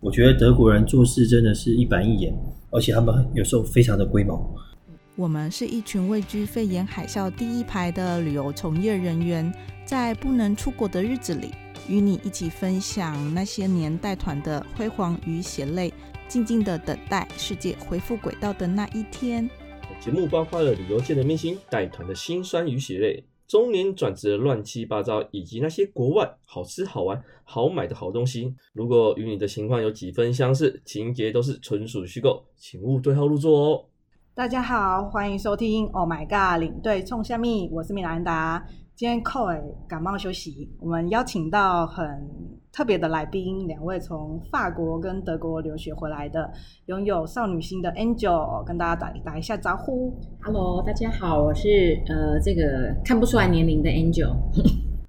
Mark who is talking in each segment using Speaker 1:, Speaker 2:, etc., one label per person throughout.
Speaker 1: 我觉得德国人做事真的是一板一眼，而且他们有时候非常的龟毛。
Speaker 2: 我们是一群位居肺炎海啸第一排的旅游从业人员，在不能出国的日子里，与你一起分享那些年带团的辉煌与血泪，静静的等待世界恢复轨道的那一天。
Speaker 3: 节目包括了旅游界的明星、带团的辛酸与血泪、中年转职的乱七八糟，以及那些国外好吃好玩好买的好东西。如果与你的情况有几分相似，情节都是纯属虚构，请勿对号入座哦。
Speaker 4: 大家好，欢迎收听《Oh My God》领队冲虾米，我是米兰达。今天寇尔感冒休息，我们邀请到很特别的来宾，两位从法国跟德国留学回来的，拥有少女心的 Angel，跟大家打打一下招呼。
Speaker 5: Hello，大家好，我是呃这个看不出来年龄的 Angel。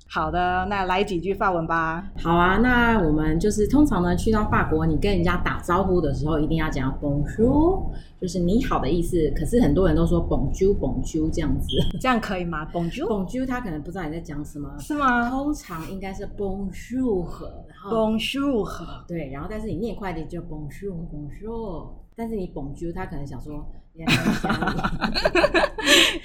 Speaker 4: 好的，那来几句法文吧。
Speaker 5: 好啊，那我们就是通常呢，去到法国，你跟人家打招呼的时候，一定要讲 Bonjour，就是你好的意思。可是很多人都说 Bonjour Bonjour 这样子
Speaker 4: 这样可以吗？Bonjour
Speaker 5: ，Bonjour 他可能不知道你在讲什么，
Speaker 4: 是吗
Speaker 5: 通常应该是 Bonjour，然后
Speaker 4: 哦？Bonjour，
Speaker 5: 对，然后但是你念快点就 Bonjour Bonjour，但是你 Bonjour 他可能想说你在讲你。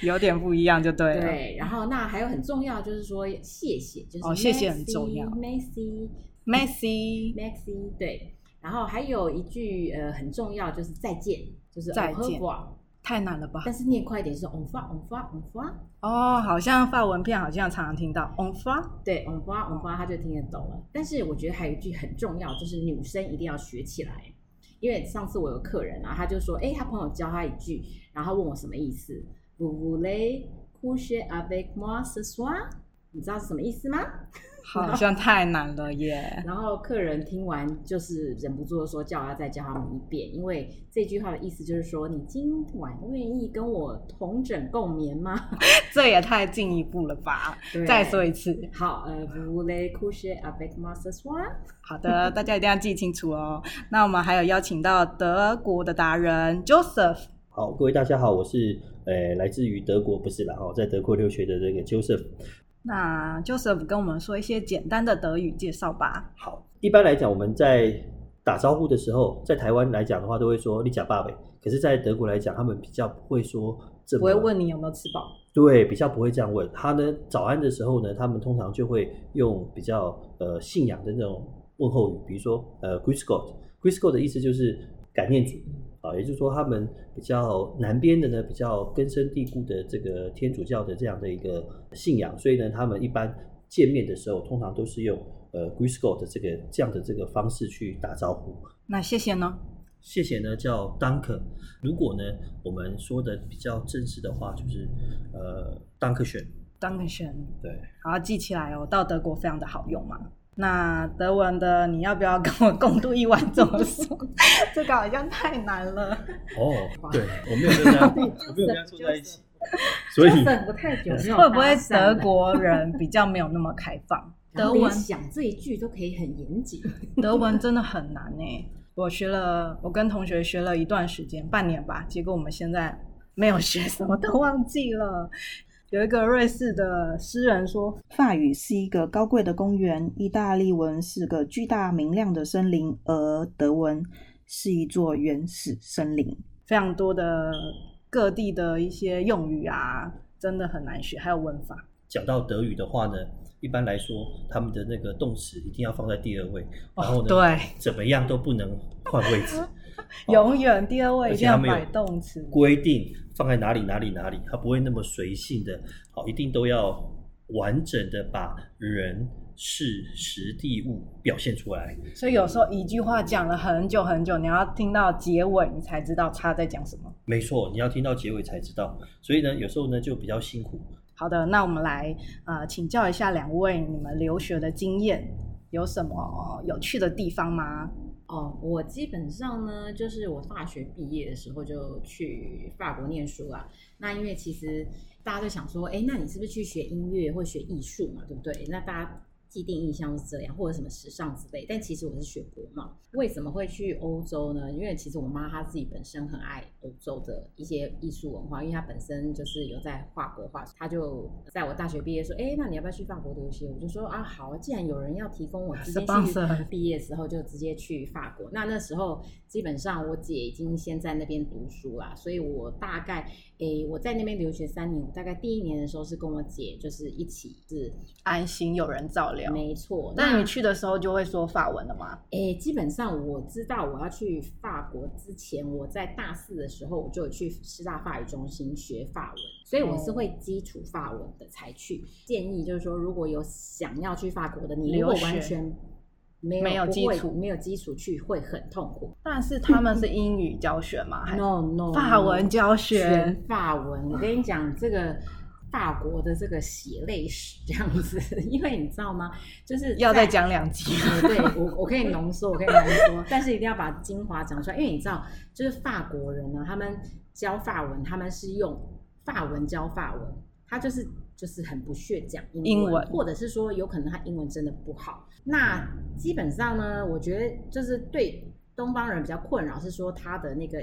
Speaker 4: 有点不一样就对啊了。
Speaker 5: 对，然后那还有很重要就是说谢谢，就是
Speaker 4: 哦谢谢很重要
Speaker 5: m a x i
Speaker 4: ，Messi，
Speaker 5: m a x i 对，然后还有一句呃很重要就是再见，就是
Speaker 4: 再
Speaker 5: au
Speaker 4: 见
Speaker 5: revoir
Speaker 4: 太难了吧？
Speaker 5: 但是念快一点是 on fa on fa on fa，
Speaker 4: 哦，好像法文片好像常常听到 on fa，
Speaker 5: 对 on fa on fa 他就听得懂了。但是我觉得还有一句很重要，就是女生一定要学起来。因为上次我有客人啊，他就说，哎，他朋友教他一句，然后问我什么意思，vous voulez coucher avec moi ce soir？你知道是什么意思吗？
Speaker 4: 好像太难了耶。
Speaker 5: 然后客人听完就是忍不住地说叫他再教他们一遍，因为这句话的意思就是说，你今晚愿意跟我同枕共眠吗？
Speaker 4: 这也太进一步了吧？
Speaker 5: 对
Speaker 4: 再说一次。
Speaker 5: 好，呃 v o u l e z coucher avec moi ce soir？
Speaker 4: 好的，大家一定要记清楚哦。那我们还有邀请到德国的达人 Joseph。
Speaker 1: 好，各位大家好，我是呃来自于德国，不是啦哦，在德国留学的这个 Joseph。
Speaker 4: 那 Joseph 跟我们说一些简单的德语介绍吧。
Speaker 1: 好，一般来讲我们在打招呼的时候，在台湾来讲的话都会说“你假爸呗”，可是，在德国来讲，他们比较不会说这么
Speaker 4: 不会问你有没有吃饱，
Speaker 1: 对，比较不会这样问。他呢，早安的时候呢，他们通常就会用比较呃信仰的那种问候语，比如说呃 g r i s c o g r i s c o 的意思就是感念主啊，也就是说他们比较南边的呢，比较根深蒂固的这个天主教的这样的一个信仰，所以呢，他们一般见面的时候，通常都是用呃 g r i s c o 的这个这样的这个方式去打招呼。
Speaker 4: 那谢谢呢？
Speaker 1: 谢谢呢，叫 Dank。如果呢，我们说的比较正式的话，就是呃 Dank 选。
Speaker 4: 当个选，
Speaker 1: 对，
Speaker 4: 好记起来哦。到德国非常的好用嘛。那德文的你要不要跟我共度一晚？怎么说？ 这个好像太难了。
Speaker 1: 哦，对，我没有跟他，我没有跟他住在一起， 所以
Speaker 5: 就等不太久没有搭讪了，
Speaker 4: 会不会德国人比较没有那么开放？
Speaker 5: 然
Speaker 4: 德
Speaker 5: 后连
Speaker 4: 文
Speaker 5: 想这一句都可以很严谨？
Speaker 4: 德文真的很难呢、我学了，我跟同学学了一段时间，半年吧，结果我们现在没有学什么都忘记了。有一个瑞士的诗人说，
Speaker 6: 法语是一个高贵的公园，意大利文是个巨大明亮的森林，而德文是一座原始森林。
Speaker 4: 非常多的各地的一些用语啊，真的很难学，还有文法。
Speaker 1: 讲到德语的话呢，一般来说他们的那个动词一定要放在第二位，然后呢，
Speaker 4: 哦对，
Speaker 1: 怎么样都不能换位 置，
Speaker 5: 哦
Speaker 4: 永远第二位
Speaker 1: 而
Speaker 4: 一
Speaker 1: 且
Speaker 4: 定要
Speaker 1: 他们
Speaker 4: 摆
Speaker 1: 有
Speaker 4: 动词。
Speaker 1: 规定放在哪里哪里哪里，他不会那么随性的，好，一定都要完整的把人。事实地物表现出来，
Speaker 4: 所以有时候一句话讲了很久很久，你要听到结尾，你才知道他在讲什么。
Speaker 1: 没错，你要听到结尾才知道。所以呢，有时候呢就比较辛苦。
Speaker 4: 好的，那我们来呃请教一下两位，你们留学的经验有什么有趣的地方吗？
Speaker 5: 哦，我基本上呢，就是我大学毕业的时候就去法国念书啦。那因为其实大家都想说，哎，那你是不是去学音乐或学艺术嘛，对不对？那大家既定印象是这样，或者什么时尚之类。但其实我是学国贸，为什么会去欧洲呢？因为其实我妈她自己本身很爱欧洲的一些艺术文化，因为她本身就是有在画国画，她就在我大学毕业说：“哎，那你要不要去法国留学？”我就说：“啊，好啊，既然有人要提供我直接去
Speaker 4: Sponsor
Speaker 5: 毕业之后就直接去法国。”那那时候基本上我姐已经先在那边读书啦，所以我大概诶我在那边留学三年，我大概第一年的时候是跟我姐就是一起是
Speaker 4: 安心有人照料。
Speaker 5: 没错，
Speaker 4: 啊那你去的时候就会说法文了吗？
Speaker 5: 诶，基本上我知道我要去法国之前，我在大四的时候我就有去师大法语中心学法文，所以我
Speaker 4: 哦
Speaker 5: 是会基础法文的才去。建议就是说，如果有想要去法国的，你如果
Speaker 4: 留学
Speaker 5: 完全没有
Speaker 4: 没有
Speaker 5: 不
Speaker 4: 基
Speaker 5: 会
Speaker 4: 础
Speaker 5: 没有基础去，会很痛苦。
Speaker 4: 但是他们是英语教学吗？还是
Speaker 5: No no，
Speaker 4: 哎法文教学
Speaker 5: 全法文。我跟你讲，这个法国的这个血泪史这样子， 因为你知道吗？就是
Speaker 4: 要
Speaker 5: 在
Speaker 4: 再讲两集。
Speaker 5: 嗯 对我，我可以浓缩，我可以浓缩， 但是一定要把精华讲出来，因为你知道，就是法国人呢，他们教法文，他们是用法文教法文，他就是就是很不屑讲英文，
Speaker 4: 英文
Speaker 5: 或者是说有可能他英文真的不好。那基本上呢，我觉得就是对东方人比较困扰是说他的那个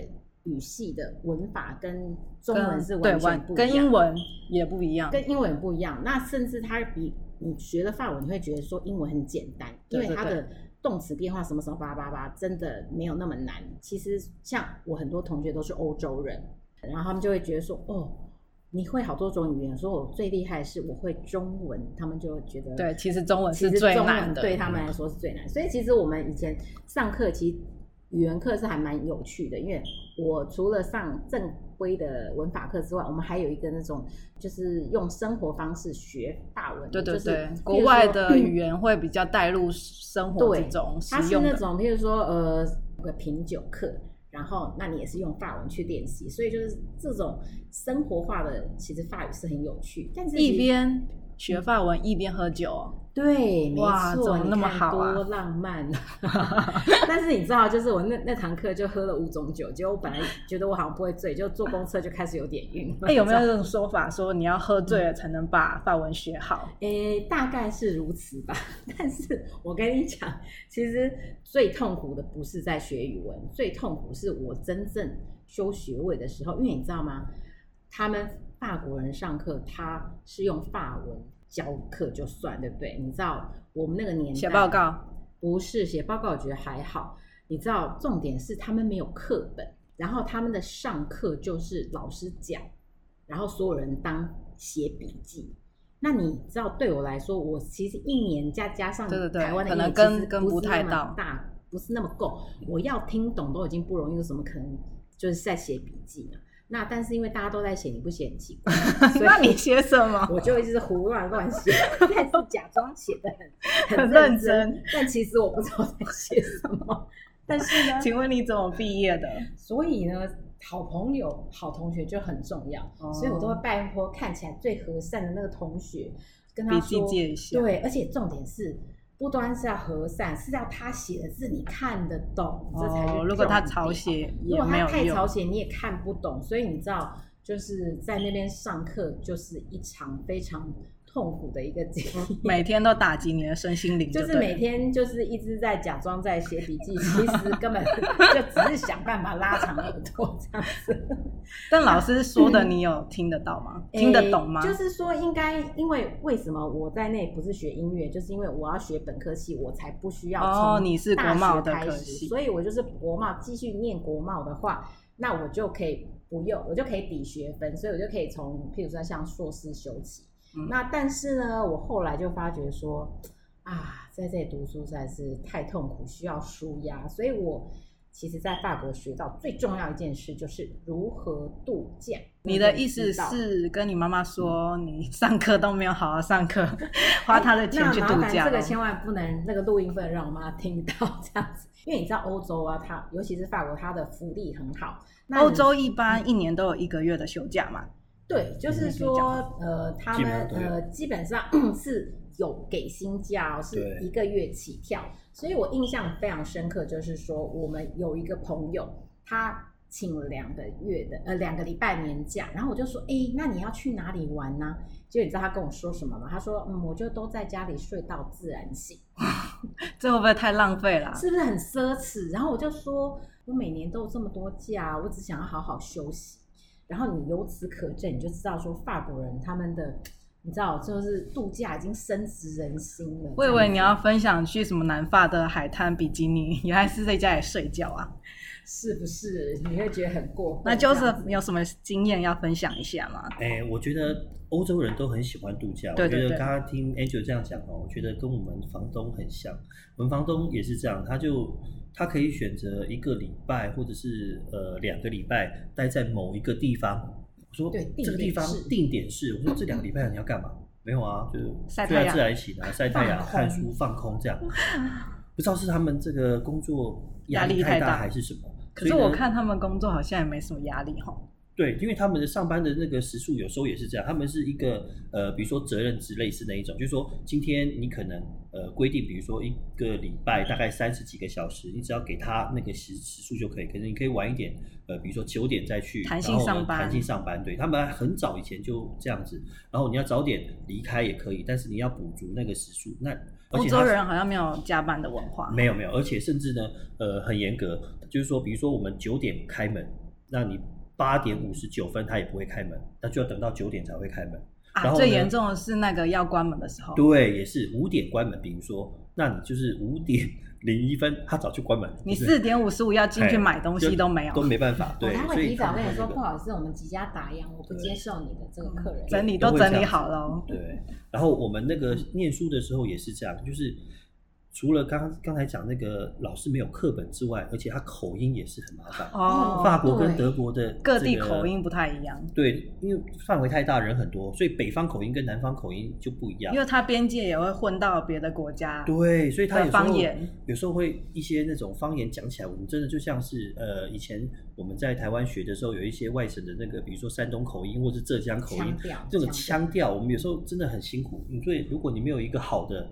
Speaker 5: 语系的文法跟中文是
Speaker 4: 对
Speaker 5: 完全不一样，
Speaker 4: 跟英文也不一样。
Speaker 5: 跟英文不一样。那甚至它比你学的法文，你会觉得说英文很简单，因
Speaker 4: 对
Speaker 5: 为它
Speaker 4: 对
Speaker 5: 的动词变化什么什么叭叭叭，真的没有那么难。其实像我很多同学都是欧洲人，然后他们就会觉得说，哦，你会好多种语言，说我最厉害的是我会中文，他们就会觉得
Speaker 4: 对，其实中文
Speaker 5: 其
Speaker 4: 是
Speaker 5: 实
Speaker 4: 最
Speaker 5: 中文
Speaker 4: 难的。嗯
Speaker 5: 对他们来说是最难。所以其实我们以前上课，其实语言课是还蛮有趣的，因为我除了上正规的文法课之外，我们还有一个那种就是用生活方式学法文的，
Speaker 4: 对对
Speaker 5: 就是
Speaker 4: 对
Speaker 5: 譬如，说
Speaker 4: 国外的语言会比较带入生活
Speaker 5: 对
Speaker 4: 之中，
Speaker 5: 它
Speaker 4: 实
Speaker 5: 是
Speaker 4: 用
Speaker 5: 那
Speaker 4: 的。
Speaker 5: 种，譬如说呃，有个品酒课，然后那你也是用法文去练习，所以就是这种生活化的，其实法语是很有趣，但是其实
Speaker 4: 一边学法文一边喝酒哦，
Speaker 5: 对，没
Speaker 4: 哇
Speaker 5: 错，
Speaker 4: 怎么
Speaker 5: 你
Speaker 4: 那么
Speaker 5: 看
Speaker 4: 好啊
Speaker 5: 多浪漫！啊 但是你知道，就是我那那堂课就喝了五种酒，结果我本来觉得我好像不会醉，就坐公车就开始有点晕。
Speaker 4: 哎，有没有这种说法说你要喝醉了才能把法文学好？
Speaker 5: 诶，大概是如此吧。 但是我跟你讲，其实最痛苦的不是在学语文，最痛苦是我真正修学位的时候，因为你知道吗？他们法国人上课，他是用法文教课就算，对不对？你知道我们那个年代
Speaker 4: 写报告，
Speaker 5: 不是写报告，我觉得还好。你知道，重点是他们没有课本，然后他们的上课就是老师讲，然后所有人当写笔记。那你知道，对我来说，我其实一年加加上
Speaker 4: 对对对
Speaker 5: 台湾的
Speaker 4: 可
Speaker 5: 一
Speaker 4: 能
Speaker 5: 年，
Speaker 4: 跟
Speaker 5: 其实
Speaker 4: 跟
Speaker 5: 不
Speaker 4: 不
Speaker 5: 是
Speaker 4: 太
Speaker 5: 那么
Speaker 4: 到，
Speaker 5: 大，不是那么够。我要听懂都已经不容易，有什么可能就是在写笔记呢？那但是因为大家都在写，你不写很奇怪 所以
Speaker 4: 那你写什么？
Speaker 5: 我就一直胡乱乱写， 但是假装写的 很
Speaker 4: 很
Speaker 5: 很
Speaker 4: 认
Speaker 5: 认
Speaker 4: 真
Speaker 5: 真， 但其实我不知道在写什么。但是呢，
Speaker 4: 请问你怎么毕业的？
Speaker 5: 所以呢，好朋友、好同学就很重要，
Speaker 4: 哦
Speaker 5: 所以我都会拜托看起来最和善的那个同学，跟他
Speaker 4: 笔记
Speaker 5: 说，
Speaker 4: 借一下。
Speaker 5: 对，而且重点是。不端是要和善，是要他写的字你看得懂，这才是重
Speaker 4: 哦
Speaker 5: 点。，
Speaker 4: 如果他抄写
Speaker 5: 如
Speaker 4: 也
Speaker 5: 果他
Speaker 4: 没有
Speaker 5: 太
Speaker 4: 用
Speaker 5: 朝。鲜，你也看不懂，所以你知道，就是在那边上课就是一场非常痛苦的一个经历。
Speaker 4: 每天都打击你的身心灵，
Speaker 5: 就是
Speaker 4: 对
Speaker 5: 每天就是一直在假装在写笔记，其实根本 就只是想办法拉长耳朵这样子。
Speaker 4: 但老师说的你有听得到 吗？听得懂吗？
Speaker 5: 诶就是说，应该因为为什么我在内不是学音乐，就是因为我要学本科系，我才不需要
Speaker 4: 哦
Speaker 5: 从
Speaker 4: 你是国
Speaker 5: 大学
Speaker 4: 贸的
Speaker 5: 开
Speaker 4: 科
Speaker 5: 始
Speaker 4: 系
Speaker 5: 所以我就是国贸继续念国贸的话，那我就可以不用，我就可以抵学分，所以我就可以从譬如说像硕士修起。
Speaker 4: 嗯
Speaker 5: 那但是呢，我后来就发觉说，啊，在这里读书实在是太痛苦，需要舒压，所以我其实，在法国学到最重要一件事就是如何度假。
Speaker 4: 你的意思
Speaker 5: 知道
Speaker 4: 是跟你妈妈说，你上课都没有好好上课， 花她的钱去度
Speaker 5: 哦那麻烦
Speaker 4: 假
Speaker 5: 这
Speaker 4: 咯。
Speaker 5: 个千万不能，那个录音不能让我妈听到 这样子，因为你知道欧洲啊，它尤其是法国，它的福利很好。那
Speaker 4: 欧
Speaker 5: 你嗯
Speaker 4: 洲一般一年都有一个月的休假嘛，
Speaker 5: 对，就是说呃，他们
Speaker 1: 基本上都有
Speaker 5: 呃基本上 是有给薪假、哦，是
Speaker 1: 对
Speaker 5: 一个月起跳。所以我印象非常深刻，就是说我们有一个朋友，他请两个月的呃两个礼拜年假，然后我就说，哎，那你要去哪里玩呢、结果你知道他跟我说什么吗？他说，嗯，我就都在家里睡到自然醒，
Speaker 4: 这会不会太浪费了？
Speaker 5: 是不是很奢侈？然后我就说，我每年都有这么多假，我只想要好好休息。然后你由此可证，你就知道说法国人他们的，你知道就是度假已经深植人心了。
Speaker 4: 我以为你
Speaker 5: 这样
Speaker 4: 要分享去什么南法的海滩比基尼，原来是在家里睡觉啊。
Speaker 5: 子是不是你会觉得很过分？
Speaker 4: 那就
Speaker 5: 这
Speaker 4: 是
Speaker 5: 样子
Speaker 4: 有什么经验要分享一下吗？
Speaker 1: 哎，我觉得欧洲人都很喜欢度假。
Speaker 4: 对对
Speaker 1: 我觉
Speaker 4: 对
Speaker 1: 得刚刚听 Angel 这样讲哦，我觉得跟我们房东很像。我们房东也是这样，他就他可以选择一个礼拜或者是呃两个礼拜待在某一个地方。我说
Speaker 5: 对定
Speaker 1: 这个地
Speaker 5: 点
Speaker 1: 方
Speaker 5: 式
Speaker 1: 定点是，我说这两个礼拜你要干嘛？没有啊，就是
Speaker 4: 晒
Speaker 1: 睡
Speaker 4: 太
Speaker 1: 在
Speaker 4: 阳
Speaker 1: 自然醒啊，晒太阳、
Speaker 5: 放空
Speaker 1: 看书、放空这样。不知道是他们这个工作
Speaker 4: 压
Speaker 1: 压
Speaker 4: 力
Speaker 1: 力
Speaker 4: 太
Speaker 1: 太
Speaker 4: 大
Speaker 1: 大还是什么。
Speaker 4: 可是
Speaker 1: 所以呢
Speaker 4: 我看他们工作好像也没什么压力哈。
Speaker 1: 对，因为他们的上班的那个时数有时候也是这样，他们是一个呃，比如说责任制类似那一种，就是说今天你可能呃规定，比如说一个礼拜大概三十几个小时，你只要给他那个时时数就可以，可是你可以晚一点，呃，比如说九点再去，
Speaker 4: 弹性
Speaker 1: 然后呢
Speaker 4: 上班
Speaker 1: 弹性上班，对他们很早以前就这样子，然后你要早点离开也可以，但是你要补足那个时数，那而
Speaker 4: 欧
Speaker 1: 且
Speaker 4: 洲
Speaker 1: 他
Speaker 4: 人好像没有加班的文化，
Speaker 1: 没有没有，而且甚至呢，呃，很严格，就是说，比如说我们九点开门，那你八点五十九分他也不会开门，那就要等到九点才会开门。然
Speaker 4: 啊。
Speaker 1: 后
Speaker 4: 最
Speaker 1: 呢
Speaker 4: 严重的是那个要关门的时候，
Speaker 1: 对，也是五点关门，比如说，那你就是五点 零一分，他早就关门。
Speaker 4: 你
Speaker 1: 就是
Speaker 4: 四点五十五要进去
Speaker 1: 哎
Speaker 4: 买东西
Speaker 1: 就
Speaker 4: 都没有
Speaker 1: 都，没办法，对，
Speaker 5: 哦他
Speaker 1: 所
Speaker 5: 会
Speaker 1: 以
Speaker 5: 提早
Speaker 1: 他
Speaker 5: 跟
Speaker 1: 们
Speaker 5: 你
Speaker 1: 那
Speaker 5: 说，
Speaker 1: 个
Speaker 5: 不好意思，我们即将打烊，我不
Speaker 1: 对
Speaker 5: 接受你的这个客人。
Speaker 4: 整理
Speaker 1: 都
Speaker 4: 都
Speaker 1: 会
Speaker 4: 整
Speaker 1: 这
Speaker 4: 理
Speaker 1: 样
Speaker 4: 好了。哦
Speaker 1: 对，然后我们那个念书的时候也是这样，就是除了刚刚才讲那个老师没有课本之外，而且他口音也是很麻烦。
Speaker 4: 哦，
Speaker 1: 法国跟
Speaker 5: 对
Speaker 1: 德国的
Speaker 4: 各
Speaker 1: 这
Speaker 4: 地
Speaker 1: 个
Speaker 4: 口音不太一样，
Speaker 1: 对，因为范围太大，人很多，所以北方口音跟南方口音就不一样
Speaker 4: 因。为它边界也会混到别的国家。
Speaker 1: 对，所以他有
Speaker 4: 的
Speaker 1: 时
Speaker 4: 方
Speaker 1: 候
Speaker 4: 言
Speaker 1: 有时候会一些那种方言讲起来，我们真的就像是呃，以前我们在台湾学的时候，有一些外省的那个，比如说山东口音或是浙江口音
Speaker 5: 腔调，
Speaker 1: 这种
Speaker 5: 腔
Speaker 1: 腔调，我们有时候真的很辛苦。嗯所以如果你没有一个好的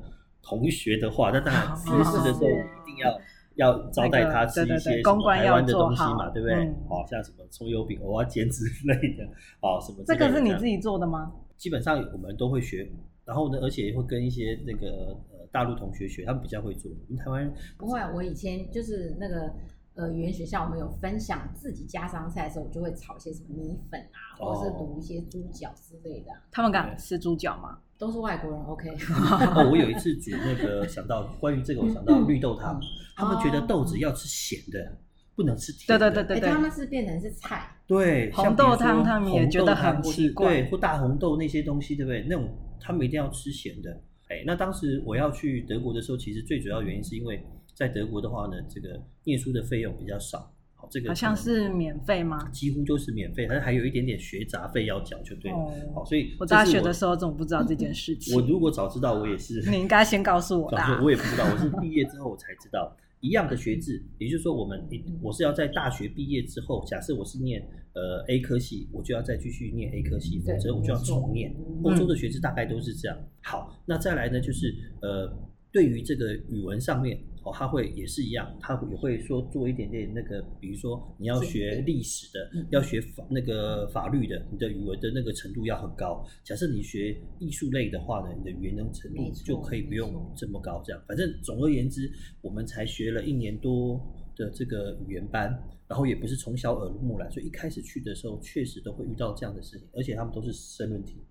Speaker 1: 同学的话，那当然面试的时候
Speaker 5: 哦
Speaker 1: 一定要。要招待他吃
Speaker 4: 那个
Speaker 1: 一
Speaker 4: 对对
Speaker 1: 些
Speaker 4: 对
Speaker 1: 什
Speaker 4: 公
Speaker 1: 么
Speaker 4: 关
Speaker 1: 台
Speaker 4: 要
Speaker 1: 湾的
Speaker 4: 做
Speaker 1: 东西嘛，
Speaker 4: 好
Speaker 1: 对不对
Speaker 4: 嗯？
Speaker 1: 好、像什么葱油饼、蚵仔煎之类的，哦，什么之
Speaker 4: 这
Speaker 1: 类的
Speaker 4: 个是
Speaker 1: 这
Speaker 4: 你
Speaker 1: 样
Speaker 4: 自己做的吗？
Speaker 1: 基本上我们都会学，然后呢，而且也会跟一些那个呃大陆同学学，他们比较会做。我们台 湾人
Speaker 5: 不会，啊我以前就是那个呃语言学校，我们有分享自己家常菜的时候，我就会炒一些什么米粉啊，
Speaker 1: 哦
Speaker 5: 或者是卤一些猪脚之类的啊，
Speaker 4: 他们敢吃猪脚吗？
Speaker 5: 都是外国人。OK，
Speaker 1: 哦，我有一次煮那个想到关于这个，我想
Speaker 4: 嗯
Speaker 1: 到绿豆汤，他们觉得
Speaker 5: 哦
Speaker 1: 豆子要吃咸的，不能吃
Speaker 4: 对
Speaker 1: 甜
Speaker 4: 对
Speaker 1: 的。
Speaker 4: 对对
Speaker 5: 哎，
Speaker 4: 对
Speaker 5: 他，们是变成是菜，
Speaker 1: 对，像
Speaker 4: 红豆
Speaker 1: 比如说
Speaker 4: 汤他们也
Speaker 1: 红
Speaker 4: 觉得
Speaker 1: 豆汤
Speaker 4: 很
Speaker 1: 或
Speaker 4: 奇
Speaker 1: 是
Speaker 4: 怪
Speaker 1: 对，或大红豆那些东西，对不对？那种他们一定要吃咸的。哎，那当时我要去德国的时候，其实最主要原因是因为在德国的话呢，这个念书的费用比较少，好，这个
Speaker 4: 好
Speaker 1: 可
Speaker 4: 像
Speaker 1: 能
Speaker 4: 是免费吗？
Speaker 1: 几乎就是免费，但是还有一点点学杂费要缴就对了。好，
Speaker 4: 哦，
Speaker 1: 所以
Speaker 4: 我
Speaker 1: 这
Speaker 4: 大
Speaker 1: 是
Speaker 4: 学的时候怎么不知道这件事情？
Speaker 1: 我如果早知道，我也是。
Speaker 4: 你应该先告诉我的啊
Speaker 1: 早知道我也不知道，我是毕业之后我才知道。一样的学制，也就是说，我们
Speaker 4: 嗯
Speaker 1: 我是要在大学毕业之后，假设我是念呃 A 科系，我就要再继续念 A 科系，
Speaker 5: 对
Speaker 1: 否则我就要重念
Speaker 4: 嗯
Speaker 5: 没。错
Speaker 1: 欧洲的学制大概都是这样。好，那再来呢，就是呃，对于这个语文上面，哦，他会也是一样，他也会说做一点点那个，比如说你要学历史的
Speaker 5: 嗯，
Speaker 1: 要学法那个法律的，你的语文的那个程度要很高。假设你学艺术类的话呢，你的语言能程度
Speaker 5: 没错
Speaker 1: 就可以不
Speaker 5: 没
Speaker 1: 用
Speaker 5: 错
Speaker 1: 这么高。这样，反正总而言之，我们才学了一年多的这个语言班，然后也不是从小耳濡目染，所以一开始去的时候确实都会遇到这样的事情，而且他们都是申论题，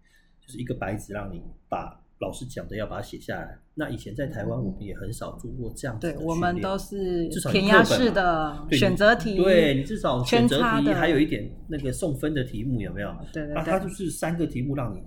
Speaker 1: 就是一个白纸让你把。老师讲的要把它写下来。那以前在台湾，我们也很少做过这样子的
Speaker 4: 对，
Speaker 1: 训练。
Speaker 4: 我们都是
Speaker 1: 至少你
Speaker 4: 填鸭
Speaker 1: 课本
Speaker 4: 式
Speaker 1: 嘛
Speaker 4: 的
Speaker 1: 对你
Speaker 4: 选择题，
Speaker 1: 对你至少选择
Speaker 4: 圈插
Speaker 1: 题
Speaker 4: 的
Speaker 1: 还有一点那个送分的题目有没有？
Speaker 4: 对对
Speaker 1: 那啊它就
Speaker 4: 对，
Speaker 1: 是三个题目让你，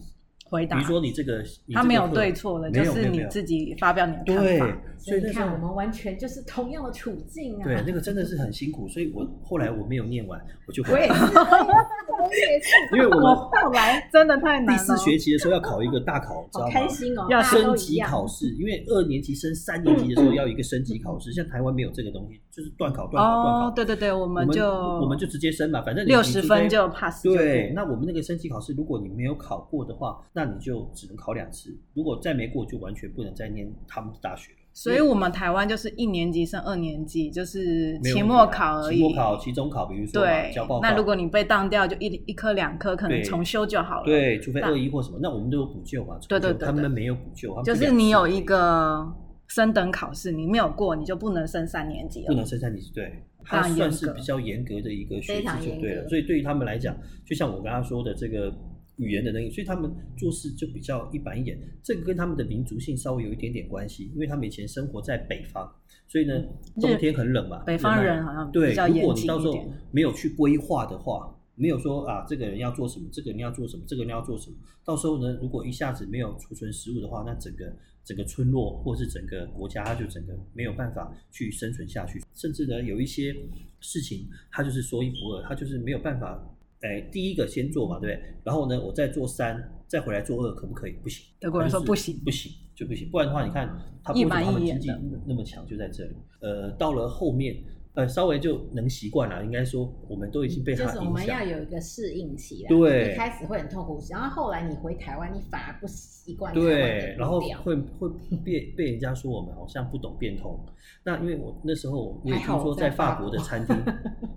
Speaker 4: 回
Speaker 1: 比
Speaker 4: 答
Speaker 1: 如。说你这个，你
Speaker 4: 他
Speaker 1: 这个
Speaker 4: 没有
Speaker 1: 课
Speaker 4: 对错的，
Speaker 1: 没
Speaker 4: 就
Speaker 1: 有
Speaker 4: 是
Speaker 1: 没有没
Speaker 4: 你
Speaker 1: 有
Speaker 4: 自己发表你的看
Speaker 1: 对
Speaker 4: 法。，
Speaker 5: 所
Speaker 1: 所
Speaker 5: 以
Speaker 1: 以
Speaker 5: 你
Speaker 1: 那时
Speaker 5: 看
Speaker 1: 候
Speaker 5: 我们完全就是同样的处境啊。
Speaker 1: 对那个真的是很辛苦，所以我后来我没有念完，我就回
Speaker 5: 我
Speaker 1: 来
Speaker 5: 也是，我也是，
Speaker 1: 因为 我
Speaker 5: 我
Speaker 1: 们
Speaker 5: 后来
Speaker 4: 真的太难哦
Speaker 1: 第
Speaker 4: 了。
Speaker 1: 四学期的时候要考一个大 考， 知道
Speaker 5: 好
Speaker 1: 吗？
Speaker 5: 开心哦，
Speaker 4: 要
Speaker 5: 大家
Speaker 1: 升
Speaker 5: 都一
Speaker 1: 级
Speaker 5: 样
Speaker 1: 考试，因为二年级升三年级的时候要一个升级考试，像台湾没有这个东西，就是断考、断考、断考。
Speaker 4: 哦，对对对，我
Speaker 1: 我
Speaker 4: 们就
Speaker 1: 我们就直接升嘛，反正你
Speaker 4: 六十分。
Speaker 1: 你
Speaker 4: 就 pass 就过
Speaker 1: 对，那我们那个升级考试，如果你没有考过的话，那你就只能考两次。如果再没过，就完全不能再念他们的大学了。
Speaker 4: 所以我们台湾就是一年级升二年级，就是
Speaker 1: 没有问题
Speaker 4: 期
Speaker 1: 啊
Speaker 4: 末考而已。
Speaker 1: 期末考、期中考，比如说嘛
Speaker 4: 对
Speaker 1: 交报告，，
Speaker 4: 那如果你被当掉，就一一科两科，可能
Speaker 1: 对
Speaker 4: 重修就好了。，
Speaker 1: 对，除非
Speaker 4: 那
Speaker 1: 恶意或什么，那我们都有补救嘛。
Speaker 4: 对对
Speaker 1: 重修
Speaker 4: 对
Speaker 1: 他
Speaker 4: 对
Speaker 1: 们没有补救，他们
Speaker 4: 就是
Speaker 1: 两次
Speaker 4: 你有
Speaker 1: 而已
Speaker 4: 一个升等考试，你没有过，你就不能升三年级了。
Speaker 1: 不能升三级，对，它
Speaker 4: 非常
Speaker 1: 算
Speaker 4: 严
Speaker 1: 是
Speaker 4: 格
Speaker 1: 比较严格的一个学
Speaker 5: 非
Speaker 1: 制
Speaker 5: 常
Speaker 1: 就
Speaker 5: 严
Speaker 1: 对了。
Speaker 5: 格
Speaker 1: 所以对于他们来讲，就像我刚刚说的这个语言的能力，所以他们做事就比较一板一眼。这个跟他们的民族性稍微有一点点关系，因为他们以前生活在北方，所以呢，冬天很冷嘛，
Speaker 4: 嗯北方
Speaker 1: 冷啊
Speaker 4: 人好像
Speaker 1: 对
Speaker 4: 比较，
Speaker 1: 如果
Speaker 4: 严
Speaker 1: 你
Speaker 4: 谨
Speaker 1: 到
Speaker 4: 一
Speaker 1: 时候
Speaker 4: 点。
Speaker 1: 没有去规划的话，没有说啊，这个人要做什么，这个人要做什么，这个人要做什么，到时候呢，如果一下子没有储存食物的话，那整个整个村落或是整个国家，它就整个没有办法去生存下去，甚至呢，有一些事情它就是说一不二，它就是没有办法。哎，第一个先做嘛，对不对？然后呢，我再做三，再回来做二，可不可以？不行。
Speaker 4: 德国人说
Speaker 1: 就是
Speaker 4: 不行，
Speaker 1: 不行就不行，不然的话，你看他为什么他们经济那么强，就在这里。呃，到了后面，呃，稍微就能习惯了，应该说我们都已经被
Speaker 5: 嗯就
Speaker 1: 他
Speaker 5: 是我
Speaker 1: 影
Speaker 5: 们要
Speaker 1: 响。
Speaker 5: 有一个适应期啦，
Speaker 1: 对
Speaker 5: 一开始会很痛苦，然后后来你回台湾，你反而不习惯台湾
Speaker 1: 对
Speaker 5: 的，
Speaker 1: 然后
Speaker 5: 步调
Speaker 1: 会会被被人家说我们好像不懂变通。那因为我那时候我也
Speaker 5: 还好
Speaker 1: 听说，
Speaker 5: 我在
Speaker 1: 在法
Speaker 5: 法
Speaker 1: 国
Speaker 5: 国
Speaker 1: 的餐厅，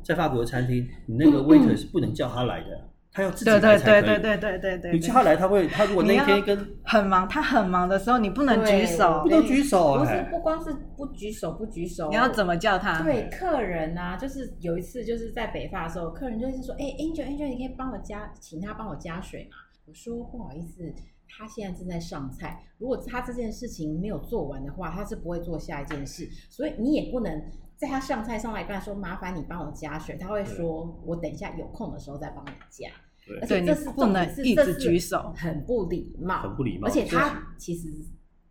Speaker 1: 在法国的餐厅，你那个 waiter 是不能叫他来的，他要自己
Speaker 4: 对
Speaker 1: 来
Speaker 4: 对
Speaker 1: 才可
Speaker 4: 对
Speaker 1: 以。
Speaker 4: 对对对对对。
Speaker 1: 你叫他来，他会他如果那一天跟
Speaker 4: 很忙，他很忙的时候，你不能举
Speaker 5: 对
Speaker 4: 手
Speaker 1: 不，能举手
Speaker 5: 不是
Speaker 1: 哎
Speaker 5: 不光是不举手不举手，
Speaker 4: 你要怎么叫他？
Speaker 5: 对客人啊，就是有一次就是在北法的时候，客人就是说：“哎、a n g e l Angel，你可以帮我加，请他帮我加水嘛。”我说：“不好意思，他现在正在上菜，如果他这件事情没有做完的话，他是不会做下一件事，所以你也不能。”在他上菜上来一半说麻烦你帮我加水，他会说我等一下有空的时候再帮你加，而
Speaker 4: 对
Speaker 5: 且这
Speaker 4: 你
Speaker 5: 是
Speaker 4: 不能
Speaker 5: 重点是
Speaker 4: 一
Speaker 5: 这
Speaker 4: 直
Speaker 5: 是
Speaker 4: 举手
Speaker 5: 很不礼貌，
Speaker 1: 很不礼貌，
Speaker 5: 而且
Speaker 1: 就是
Speaker 5: 他其实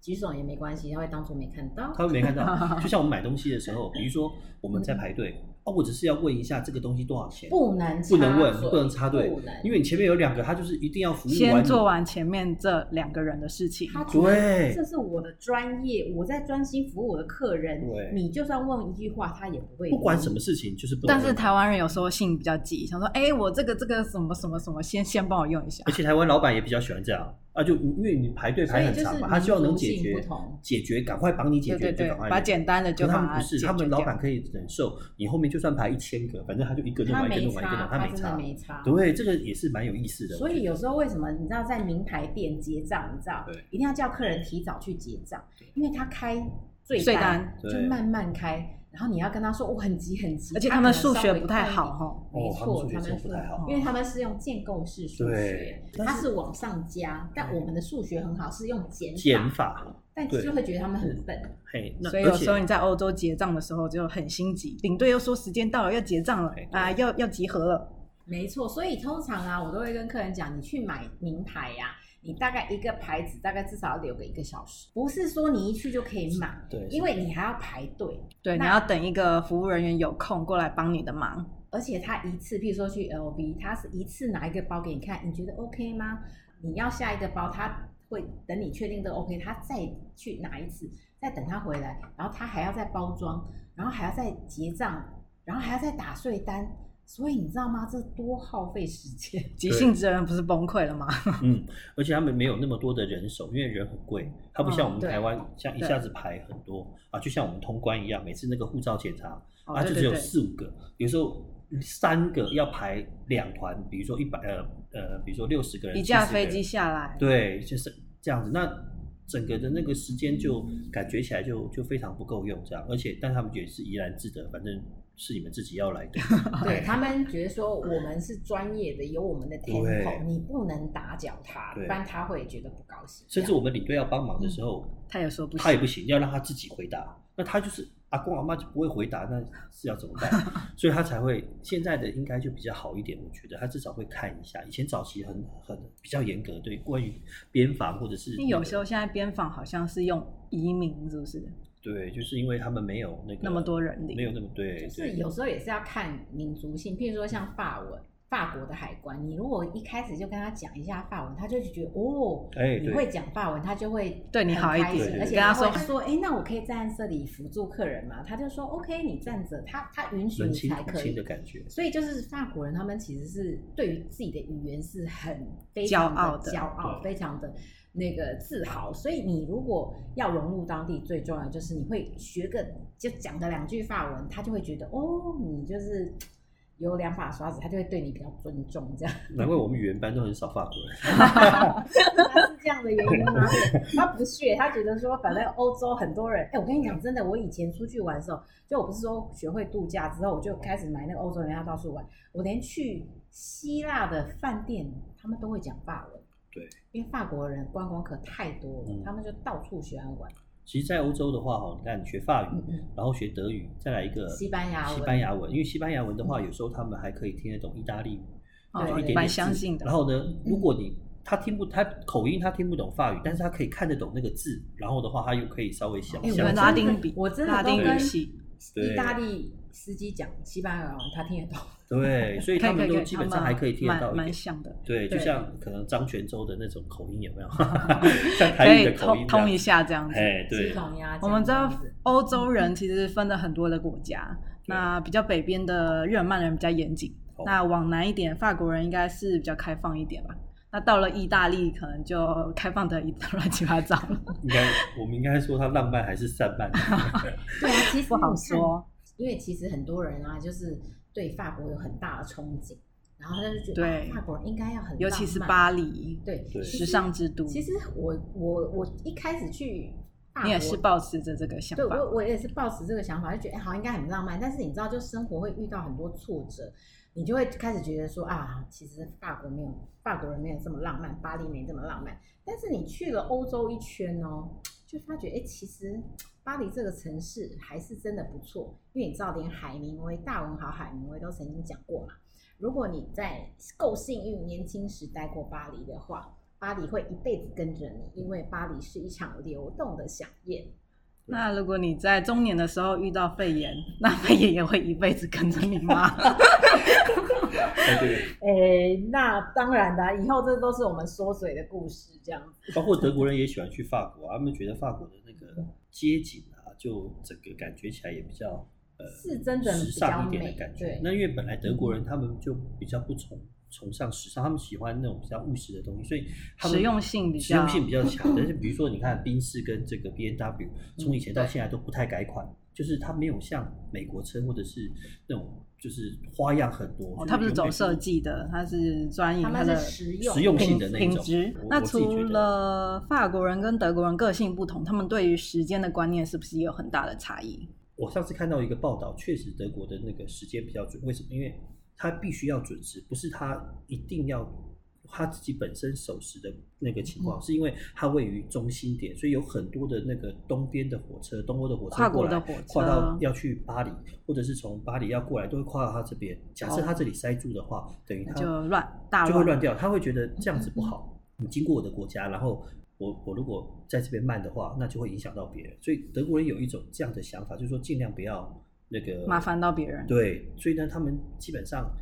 Speaker 5: 举手也没关系，他会当做没看到。
Speaker 1: 他们没看到。就像我们买东西的时候，比如说我们在排队，哦，我只是要问一下这个东西多少钱，
Speaker 5: 不能
Speaker 1: 不能
Speaker 5: 插
Speaker 1: 问，
Speaker 5: 嘴
Speaker 1: 不能插队
Speaker 5: 不能，
Speaker 1: 因为你前面有两个，他就是一定要服务完
Speaker 4: 先
Speaker 1: 你
Speaker 4: 做。完前面这两个人的事情。
Speaker 5: 他觉得
Speaker 1: 对
Speaker 5: 这是我的专业，我在专心服务我的客人
Speaker 1: 对。
Speaker 5: 你就算问一句话，他也不会理。
Speaker 1: 不管什么事情，就是不能
Speaker 4: 但
Speaker 1: 问。
Speaker 4: 是台湾人有时候性比较急，想说，哎、我这个这个什么什么什么，先先帮我用一下
Speaker 1: 而。且台湾老板也比较喜欢这样啊，就因为你排队排很长嘛，
Speaker 5: 所以就是
Speaker 1: 他希望能解
Speaker 5: 民族
Speaker 1: 决
Speaker 5: 性不同
Speaker 1: 解决，赶快帮你解
Speaker 4: 对
Speaker 1: 决，
Speaker 4: 对
Speaker 1: 就
Speaker 4: 对
Speaker 1: 赶快，
Speaker 4: 把
Speaker 1: 解决
Speaker 4: 简单的
Speaker 1: 可
Speaker 4: 就把
Speaker 1: 他们
Speaker 4: 它
Speaker 1: 不是，
Speaker 4: 解
Speaker 1: 他们
Speaker 4: 决
Speaker 1: 老
Speaker 4: 掉
Speaker 1: 板可以忍受，你后面就算排一千个，反正他就一个弄
Speaker 5: 他
Speaker 1: 完一个
Speaker 5: 没
Speaker 1: 弄完一个弄
Speaker 5: 差，
Speaker 1: 完，他没
Speaker 5: 真的
Speaker 1: 差。
Speaker 5: 没差。
Speaker 1: 对，这个也是蛮有意思的。
Speaker 5: 所
Speaker 1: 我觉
Speaker 5: 以
Speaker 1: 得
Speaker 5: 有时候为什么你知道在名牌店结账，你知道
Speaker 1: 对
Speaker 5: 一定要叫客人提早去结账，因为他开最
Speaker 4: 最
Speaker 5: 单
Speaker 4: 单
Speaker 5: 就
Speaker 1: 对
Speaker 5: 慢慢开，然后你要跟他说我很急很急，
Speaker 4: 而且
Speaker 5: 他
Speaker 4: 他们
Speaker 5: 可能
Speaker 4: 数学
Speaker 5: 稍微
Speaker 4: 不太
Speaker 5: 快一
Speaker 4: 好
Speaker 5: 点
Speaker 4: 哈。
Speaker 5: 没
Speaker 1: 哦
Speaker 5: 错，
Speaker 1: 他们数学
Speaker 5: 他
Speaker 1: 真的
Speaker 5: 们
Speaker 1: 不太好
Speaker 5: 因为他们是用建构式数学
Speaker 1: 对，
Speaker 5: 它是往上加，但我们的数学很好，是用减
Speaker 1: 减
Speaker 5: 法，
Speaker 1: 法，
Speaker 5: 但
Speaker 1: 对
Speaker 5: 就会觉得他们很笨。
Speaker 1: 嘿，那
Speaker 4: 所以
Speaker 1: 而
Speaker 4: 有
Speaker 1: 且
Speaker 4: 时候你在欧洲结账的时候就很心急，领队又说时间到了要结账了
Speaker 1: 对
Speaker 4: 啊，要要集合了。
Speaker 5: 没错，所以通常啊，我都会跟客人讲，你去买名牌呀、你大概一个牌子大概至少要留个一个小时，不是说你一去就可以买，
Speaker 1: 对
Speaker 5: 因为你还要排队，
Speaker 4: 对，你
Speaker 5: 那
Speaker 4: 要等一个服务人员有空过来帮你的忙。
Speaker 5: 而且他一次，譬如说去 LV，他是一次拿一个包给你看，你觉得 OK 吗？你要下一个包，他会等你确定都 OK，他再去拿一次，再等他回来，然后他还要再包装，然后还要再结账，然后还要再打税单，所以你知道吗？这多耗费时 间。
Speaker 4: 急性子的人不是崩溃了吗？
Speaker 1: 嗯，而且他们没有那么多的人手，因为人很贵，他不像我们
Speaker 5: 嗯对
Speaker 1: 台湾、像一
Speaker 4: 对
Speaker 1: 下子排很多啊，就像我们通关一样，每次那个护照检查、
Speaker 4: 哦
Speaker 1: 啊，
Speaker 4: 对
Speaker 1: 就
Speaker 4: 对
Speaker 1: 只有
Speaker 4: 对
Speaker 1: 四五个，有时候三个要排两团，比如说一百呃呃，比如说六十个人，
Speaker 4: 一架
Speaker 1: 70个人
Speaker 4: 飞机下来，
Speaker 1: 对，就是这样子。那整个的那个时间就感觉起来就就非常不够用，这样，而且但他们也是怡然自得，反正是你们自己要来 的，哎
Speaker 5: 对他们觉得说我们是专业的，有我们的 tempo，
Speaker 1: 对
Speaker 5: 你不能打搅他，不
Speaker 1: 对
Speaker 5: 然他会觉得不高兴。
Speaker 1: 甚至我们领队要帮忙的时候，
Speaker 4: 他也说不
Speaker 1: 他也
Speaker 4: 行。
Speaker 1: 不行，要让他自己回答。那他就是阿公阿妈就不会回答，那是要怎么办？ 所以他才会现在的应该就比较好一点，我觉得他至少会看一下。以前早期很很比较严格，对关于边防或者是
Speaker 4: 因为有时候现在边防好像是用移民，是不是？
Speaker 1: 对，就是因为他们没有那个
Speaker 4: 那么多人力
Speaker 1: 没有那么对，
Speaker 5: 就是有时候也是要看民族性，譬如说像法文。法国的海关，你如果一开始就跟他讲一下法文，他就觉得哦，
Speaker 1: 哎
Speaker 5: 你
Speaker 1: 对
Speaker 5: 会讲法文，他就会
Speaker 4: 对你
Speaker 5: 很
Speaker 4: 好一
Speaker 5: 开心
Speaker 1: 点
Speaker 5: 而且
Speaker 4: 跟他
Speaker 5: 会
Speaker 4: 说
Speaker 5: 说，哎、那我可以站在这里辅助客人吗？他就说 OK，你站着，他他允许
Speaker 1: 人
Speaker 5: 你
Speaker 1: 亲
Speaker 5: 才
Speaker 1: 同
Speaker 5: 可
Speaker 1: 亲
Speaker 5: 以
Speaker 1: 的。感觉。
Speaker 5: 所以就是法国人，他们其实是对于自己的语言是很非常
Speaker 4: 骄傲
Speaker 5: 的
Speaker 4: 的
Speaker 5: 骄傲，非常的那个自豪。所以你如果要融入当地，最重要就是你会学个就讲个两句法文，他就会觉得哦，你就是有两把刷子，他就会对你比较尊重这样。
Speaker 1: 难怪我们语言班都很少法国人。
Speaker 5: 他是这样的原因吗？他不屑，他觉得说，反正欧洲很多人，哎、我跟你讲，真的，我以前出去玩的时候，就我不是说学会度假之后，我就开始买那个欧洲人要到处玩，我连去希腊的饭店，他们都会讲法文。
Speaker 1: 对，
Speaker 5: 因为法国人观光客太多了，
Speaker 1: 嗯
Speaker 5: 他们就到处喜欢玩。
Speaker 1: 其实，在欧洲的话，哈，你看你学法语
Speaker 5: 嗯，嗯，
Speaker 1: 然后学德语，再来一个
Speaker 5: 西班牙文
Speaker 1: 西班牙文，因为西班牙文的话，有时候他们还可以听得懂意大利语，
Speaker 5: 哦
Speaker 1: 就一点
Speaker 5: 对
Speaker 1: 点
Speaker 4: 蛮
Speaker 1: 字
Speaker 4: 相近的嗯
Speaker 1: 然后呢，如果你他听不他口音，他听不懂法语，但是他可以看得懂那个字，然后的话，他又可以稍微想
Speaker 5: 哎我
Speaker 1: 象
Speaker 5: 们
Speaker 1: 一
Speaker 5: 拉
Speaker 1: 下。
Speaker 5: 丁
Speaker 4: 语
Speaker 5: 我真的哦
Speaker 4: 拉
Speaker 5: 都
Speaker 4: 丁
Speaker 1: 跟
Speaker 4: 语系，
Speaker 1: 对
Speaker 5: 意大利司机讲西班牙文，他听得懂。
Speaker 1: 对，所以
Speaker 4: 可
Speaker 1: 他
Speaker 4: 以可
Speaker 1: 们
Speaker 4: 以可
Speaker 1: 都
Speaker 4: 以
Speaker 1: 基本
Speaker 4: 他
Speaker 1: 上
Speaker 4: 们
Speaker 1: 还可以听得
Speaker 4: 蛮
Speaker 1: 到一
Speaker 4: 蛮
Speaker 1: 点。
Speaker 4: 像的，
Speaker 1: 对，就
Speaker 5: 对
Speaker 1: 像可能张泉州的那种口音有 没有？像台语
Speaker 4: 以
Speaker 1: 的口音
Speaker 4: 通
Speaker 1: 这样
Speaker 4: 通一。下这样子。
Speaker 1: 哎，对
Speaker 5: 鸡，同鸭讲
Speaker 4: 我们知道
Speaker 5: 这样子
Speaker 4: 欧洲人其实分了很多的国家，那比较北边的日耳曼人比较严谨
Speaker 1: 哦，
Speaker 4: 那往南一点法国人应该是比较开放一点吧。那到了意大利，可能就开放的一 乱七八糟
Speaker 5: 嗯
Speaker 4: 了，
Speaker 1: 应该我们应该说他浪漫还是散漫？
Speaker 5: 对啊，其实
Speaker 4: 不好
Speaker 5: 你看
Speaker 4: 说。
Speaker 5: 因为其实很多人啊，就是对法国有很大的憧憬，然后他就觉得
Speaker 4: 对
Speaker 5: 啊法国人应该要很浪漫，
Speaker 4: 尤其是巴黎，
Speaker 5: 对
Speaker 1: 对
Speaker 5: 其实
Speaker 4: 时尚之都，
Speaker 5: 其实我我我一开始去法国，
Speaker 4: 你也是保持着这个想
Speaker 5: 对
Speaker 4: 法。
Speaker 5: 我我也是抱持这个想法，就觉得哎好像应该很浪漫，但是你知道，就生活会遇到很多挫折，你就会开始觉得说啊，其实法国没有法国人没有这么浪漫，巴黎没这么浪漫。但是你去了欧洲一圈哦，就发觉哎、其实巴黎这个城市还是真的不错，因为你知道，连海明威、大文豪海明威都曾经讲过嘛，如果你在够幸运，年轻时待过巴黎的话。巴黎会一辈子跟着你，因为巴黎是一场流动的飨宴。
Speaker 4: 那如果你在中年的时候遇到肺炎， 那肺炎也会一辈子跟着你吗？
Speaker 1: 对，
Speaker 5: 诶，那当然的啊，以后这都是我们缩水的故事，这样子。
Speaker 1: 包括德国人也喜欢去法国啊，他们觉得法国的那个街景啊，就整个感觉起来也比较呃，
Speaker 5: 是真的
Speaker 1: 时
Speaker 5: 比较
Speaker 1: 尚一点的
Speaker 5: 美
Speaker 1: 感觉
Speaker 5: 对。
Speaker 1: 那因为本来德
Speaker 4: 嗯
Speaker 1: 国人他们就比较不崇崇尚时尚，他们喜欢那种比较务实的东西，所以 他们
Speaker 4: 实用性比较
Speaker 1: 实用性比较 强。但是比如说，你看宾士跟这个 B N W，从以前到现在都不太改款。就是它没有像美国车或者是那种就是花样很多，
Speaker 4: 哦，他不是走设计的，他是专营
Speaker 5: 他们
Speaker 4: 的
Speaker 5: 是实用
Speaker 1: 实用
Speaker 4: 品
Speaker 1: 性的那
Speaker 4: 品
Speaker 1: 种
Speaker 4: 质
Speaker 1: 我。
Speaker 4: 那
Speaker 1: 我自己觉
Speaker 4: 除
Speaker 1: 得
Speaker 4: 了法国人跟德国人个性不同，他们对于时间的观念是不是也有很大的差异？
Speaker 1: 我上次看到一个报道，确实德国的那个时间比较准，为什么？因为他必须要准时，不是他一定要他自己本身守时的那个情况，
Speaker 4: 嗯
Speaker 1: 是因为它位于中心点，所以有很多的那个东边的火车、东欧的火车
Speaker 4: 跨
Speaker 1: 过
Speaker 4: 国
Speaker 1: 来
Speaker 4: 的火车
Speaker 1: 跨到要去巴黎，或者是从巴黎要过来，都会跨到他这边。假设
Speaker 4: 哦
Speaker 1: 他这里塞住的话，等于他
Speaker 4: 就乱大
Speaker 1: 就会
Speaker 4: 啊乱嗯
Speaker 1: 乱掉，他会觉得这样子不好。你经过我的国家，然后我我如果在这边慢的话，那就会影响到别人。所以德国人有一种这样的想法，就是说尽量不要那个
Speaker 4: 麻烦到别人。
Speaker 1: 对，所以呢，他们基本上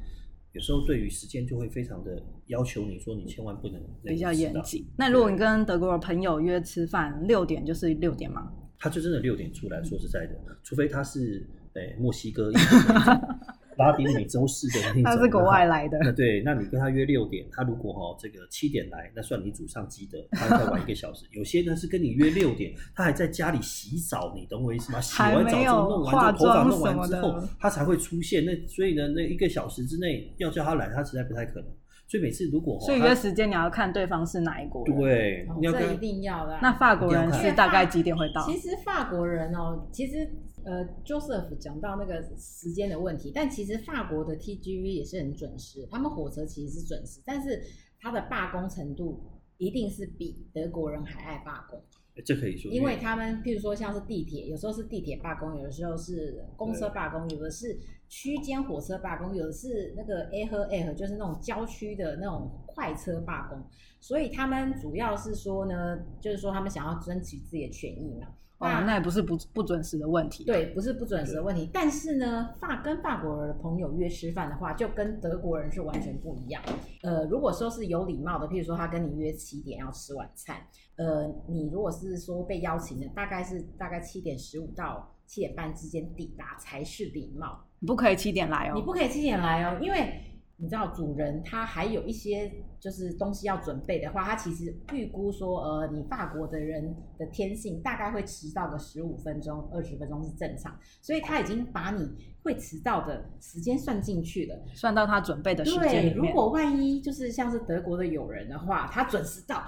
Speaker 1: 有时候对于时间就会非常的要求你说你千万不能那个
Speaker 4: 比较
Speaker 1: 迟
Speaker 4: 严
Speaker 1: 到
Speaker 4: 谨。那如果你跟德国的朋友约吃饭，六点就是六点嘛，
Speaker 1: 他就真的六点出来。说实在的，除非他是诶、墨西 哥裔的那种拉丁美洲式的那种，
Speaker 4: 他是国外 来的，
Speaker 1: 那对，那你跟他约六点，他如果哈、这个七点来，那算你祖上积德，他再晚一个小时。有些呢是跟你约六点，他还在家里洗澡，你懂我意思吗？洗
Speaker 4: 还
Speaker 1: 完
Speaker 4: 没
Speaker 1: 澡之
Speaker 4: 有
Speaker 1: 后弄完之后，
Speaker 4: 化
Speaker 1: 头发
Speaker 4: 妆
Speaker 1: 弄
Speaker 4: 什么
Speaker 1: 完之后
Speaker 4: 的，
Speaker 1: 他才会出现。那所以呢，那一个小时之内要叫他来，他实在不太可能。所以每次如果、哦、
Speaker 4: 所以
Speaker 1: 他
Speaker 4: 约时间你要看对方是哪一国人。
Speaker 1: 对，
Speaker 5: 哦
Speaker 1: 你要
Speaker 5: 这
Speaker 1: 跟
Speaker 5: 一定要啊啦。
Speaker 4: 那法国人
Speaker 1: 一定要
Speaker 4: 是
Speaker 1: 看
Speaker 4: 大概几点会到？
Speaker 5: 其实法国人哦，其实呃，Joseph 讲到那个时间的问题，但其实法国的 TGV 也是很准时，他们火车其实是准时，但是他的罢工程度一定是比德国人还爱罢工。
Speaker 1: 这可以说，
Speaker 5: 因为他们譬如说像是地铁，有时候是地铁罢工，有的时候是公车罢工，有的是区间火车罢工，有的是那个 A 和 A 和就是那种郊区的那种快车罢工，所以他们主要是说呢，就是说他们想要争取自己的权益嘛。
Speaker 4: 哦，那也不是不不准时的问题。，啊
Speaker 5: 对，不是不准时的问题，但是呢，法跟法国人的朋友约吃饭的话，就跟德国人是完全不一样。呃，如果说是有礼貌的，譬如说他跟你约七点要吃晚餐，呃，你如果是说被邀请的，大概是大概七点十五到七点半之间抵达才是礼貌，
Speaker 4: 你不可以七点来哦。
Speaker 5: 你不可以七点来哦，因为你知道主人他还有一些就是东西要准备的话，他其实预估说，呃，你法国的人的天性大概会迟到个十五分钟、二十分钟是正常，所以他已经把你会迟到的时间算进去了。
Speaker 4: 算到他准备的时
Speaker 5: 对，
Speaker 4: 间里
Speaker 5: 如
Speaker 4: 面。
Speaker 5: 果万一就是像是德国的友人的话，他准时到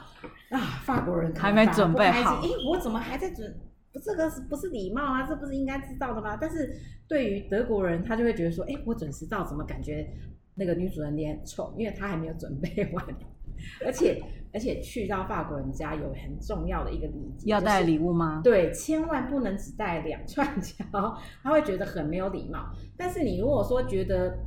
Speaker 5: 啊，法国人可能
Speaker 4: 还没
Speaker 5: 反而
Speaker 4: 准
Speaker 5: 不
Speaker 4: 备
Speaker 5: 开心
Speaker 4: 好
Speaker 5: 诶，我怎么还在准？不，这个是不是礼貌啊？这不是应该知道的吗？但是对于德国人，他就会觉得说，哎，我准时到，怎么感觉那个女主人脸很臭？因为她还没有准备完，而且而且去到法国人家有很重要的一个礼节，
Speaker 4: 要带
Speaker 5: 就是
Speaker 4: 礼物吗？
Speaker 5: 对，千万不能只带两串胶，他会觉得很没有礼貌。但是你如果说觉得，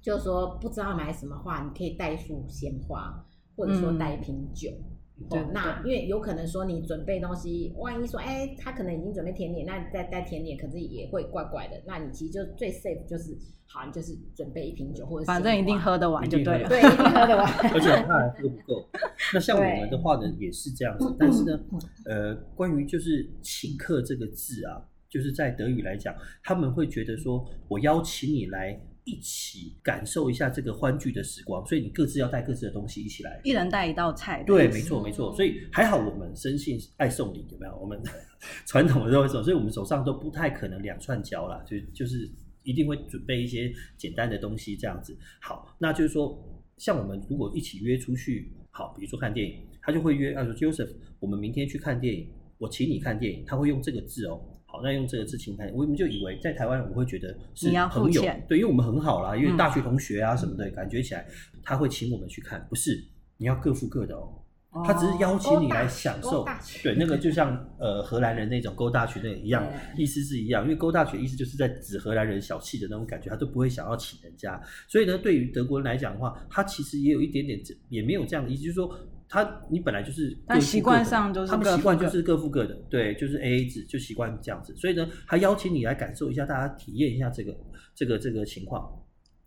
Speaker 5: 就是说不知道买什么话，你可以带一束鲜花，或者说带一瓶酒。
Speaker 4: 嗯对
Speaker 5: 哦，那因为有可能说你准备东西，万一说哎，他可能已经准备甜点，那你再带甜点，可是也会怪怪的。那你其实就最 safe 就是，好，你就是准备一瓶酒或者
Speaker 4: 反
Speaker 5: 鲜
Speaker 4: 正一
Speaker 5: 花
Speaker 4: 定喝得完就对了。
Speaker 5: 对，一定喝得完。
Speaker 1: 而且他还喝不够。那像我
Speaker 5: 对
Speaker 1: 们的话呢，也是这样子。但是呢，呃，关于就是“请客”这个字啊，就是在德语来讲，他们会觉得说我邀请你来一起感受一下这个欢聚的时光，所以你各自要带各自的东西一起来。
Speaker 4: 一人带一道菜。
Speaker 1: 对，没错，没错。所以还好我们深信爱送礼，有没有？我们 传统的都会送，所以我们手上都不太可能两串胶啦，就就是一定会准备一些简单的东西这样子。好，那就是说，像我们如果一起约出去，好，比如说看电影，他就会约，他说 Joseph，我们明天去看电影，我请你看电影，他会用这个字哦。好，那用这个字请看，我们就以为在台湾我会觉得是
Speaker 4: 你要付
Speaker 1: 朋友
Speaker 4: 钱，
Speaker 1: 对，因为我们很好啦，因为
Speaker 4: 嗯
Speaker 1: 大学同学啊什么的，感觉起来他会请我们去看，不是你要各付各的哦。
Speaker 4: 哦
Speaker 1: 他只是邀请你来享
Speaker 5: 勾
Speaker 1: 受
Speaker 5: 大曲，
Speaker 1: 对，那个就像呃荷兰人那种勾大曲那个一样， 意思是一样，因为勾大曲意思就是在指荷兰人小气的那种感觉，他都不会想要请人家，所以呢，对于德国人来讲的话，他其实也有一点点这也没有这样的意思，就是说他你本来就是各付各的，
Speaker 4: 但习惯上就是
Speaker 1: 他
Speaker 4: 各
Speaker 1: 们
Speaker 4: 付
Speaker 1: 习惯就
Speaker 4: 各
Speaker 1: 是各付各的，对，就是 A A 制，就习惯这样子，所以呢，他邀请你来感受一下，大家体验一下这个这个这个情况，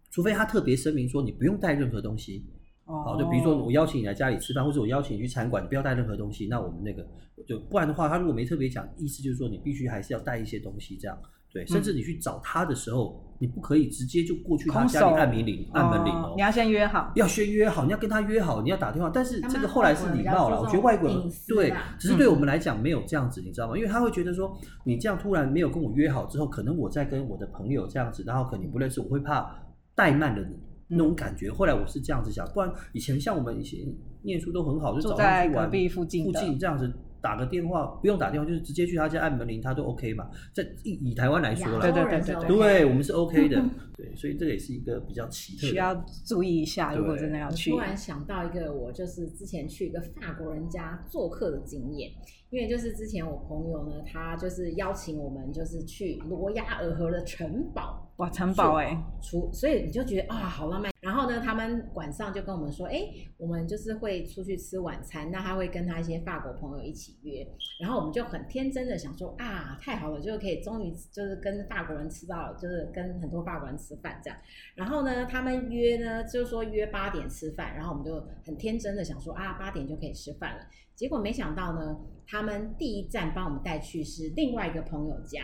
Speaker 1: 除非他特别声明说你不用带任何东西，好，
Speaker 4: 哦，
Speaker 1: 就比如说我邀请你来家里吃饭，或者我邀请你去餐馆，你不要带任何东西。那我们那个就不然的话，他如果没特别讲，意思就是说你必须还是要带一些东西这样。对，甚至你去找他的时候，你不可以直接就过去他
Speaker 4: 嗯空
Speaker 1: 家
Speaker 4: 手
Speaker 1: 里按门铃，按门铃
Speaker 4: 哦
Speaker 1: 哦。
Speaker 4: 你要先约好。
Speaker 1: 要先约好，你要跟他约好，你要打电话。但是
Speaker 5: 他
Speaker 1: 这
Speaker 5: 们
Speaker 1: 个后来是礼貌了，我
Speaker 5: 外
Speaker 1: 觉得外国
Speaker 5: 国人比较注重
Speaker 1: 人
Speaker 5: 隐私
Speaker 1: 对
Speaker 5: 啦，
Speaker 1: 只是对我们来讲没有这样子，你知道吗？因为他会觉得说，你这样突然没有跟我约好之后，可能我在跟我的朋友这样子，然后可能你不认识，我会怕怠慢了你。那种感觉，后来我是这样子想，不然以前像我们以前念书都很好，就
Speaker 4: 住
Speaker 1: 早
Speaker 4: 在
Speaker 1: 上去玩
Speaker 4: 隔壁附近
Speaker 1: 附
Speaker 4: 的
Speaker 1: 近这样子打个电话，不用打电话，就是直接去他家按门铃，他都 OK 嘛。在以以台湾来说
Speaker 5: 亚
Speaker 1: 啦，
Speaker 5: 洲
Speaker 4: 对对
Speaker 5: 人
Speaker 4: 对
Speaker 5: 是
Speaker 4: 对
Speaker 5: OK
Speaker 1: 对我们是 OK 的，对，所以这个也是一个比较奇特的。
Speaker 4: 需要注意一下，如果真的要
Speaker 5: 我
Speaker 4: 去
Speaker 5: 突，然想到一个，我就是之前去一个法国人家做客的经验，因为就是之前我朋友呢，他就是邀请我们就是去罗亚尔河的城堡。
Speaker 4: 哇，城堡哎、
Speaker 5: 除，所以你就觉得啊，好浪漫。然后呢，他们晚上就跟我们说，哎，我们就是会出去吃晚餐，那他会跟他一些法国朋友一起约。然后我们就很天真的想说啊，太好了，就可以终于就是跟法国人吃到，就是跟很多法国人吃饭这样。然后呢，他们约呢，就说约八点吃饭，然后我们就很天真的想说啊，八点就可以吃饭了。结果没想到呢，他们第一站帮我们带去是另外一个朋友家，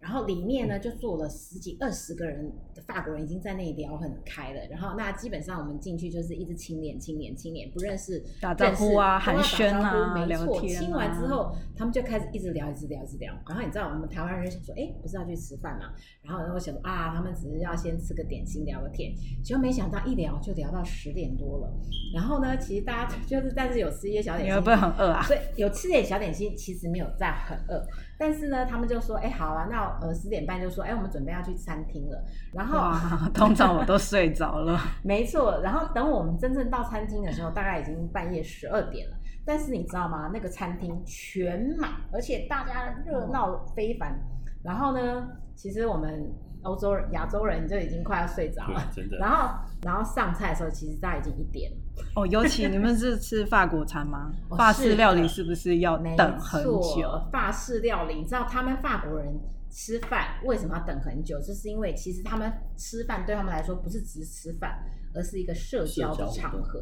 Speaker 5: 然后里面
Speaker 4: 嗯
Speaker 5: 呢就坐了十几二十个人的法国人，已经在那里聊很开了。然后那基本上我们进去就是一直亲脸、亲脸、亲脸，不认识
Speaker 4: 打招呼啊
Speaker 5: 认识都要
Speaker 4: 寒暄
Speaker 5: 打招
Speaker 4: 啊
Speaker 5: 呼没
Speaker 4: 聊
Speaker 5: 错。
Speaker 4: 天啊
Speaker 5: 亲完之后，他们就开始一直聊、一直聊、一直聊。然后你知道我们台湾人想说，哎，不是要去吃饭嘛？然后我想说啊，他们只是要先吃个点心聊个天，结果没想到一聊就聊到十点多了。然后呢，其实大家就是但是有吃一些小点
Speaker 4: 你
Speaker 5: 心，
Speaker 4: 会不会很饿啊？
Speaker 5: 所以有吃点小点心，其实没有在很饿，但是呢，他们就说，哎、好啊，那呃十点半就说，哎、我们准备要去餐厅了。然后
Speaker 4: 哇，通常我都睡着了，
Speaker 5: 没错，然后等我们真正到餐厅的时候，大概已经半夜十二点了。但是你知道吗？那个餐厅全满，而且大家热闹非凡。然后呢，其实我们欧洲人、亚洲人就已经快要睡着了。
Speaker 1: 对，真的。
Speaker 5: 然后，然后上菜的时候，其实大概已经一点了。
Speaker 4: 哦，尤其你们是吃法国餐 吗？
Speaker 5: 哦
Speaker 4: 法
Speaker 5: 是
Speaker 4: 式
Speaker 5: 的
Speaker 4: 料理是不是要
Speaker 5: 没
Speaker 4: 等很
Speaker 5: 错
Speaker 4: 久？
Speaker 5: 法式料理，你知道他们法国人吃饭为什么要等很久？就是因为其实他们吃饭对他们来说不是只是吃饭，而是一个社交的
Speaker 1: 社交活
Speaker 5: 场
Speaker 1: 动
Speaker 5: 合。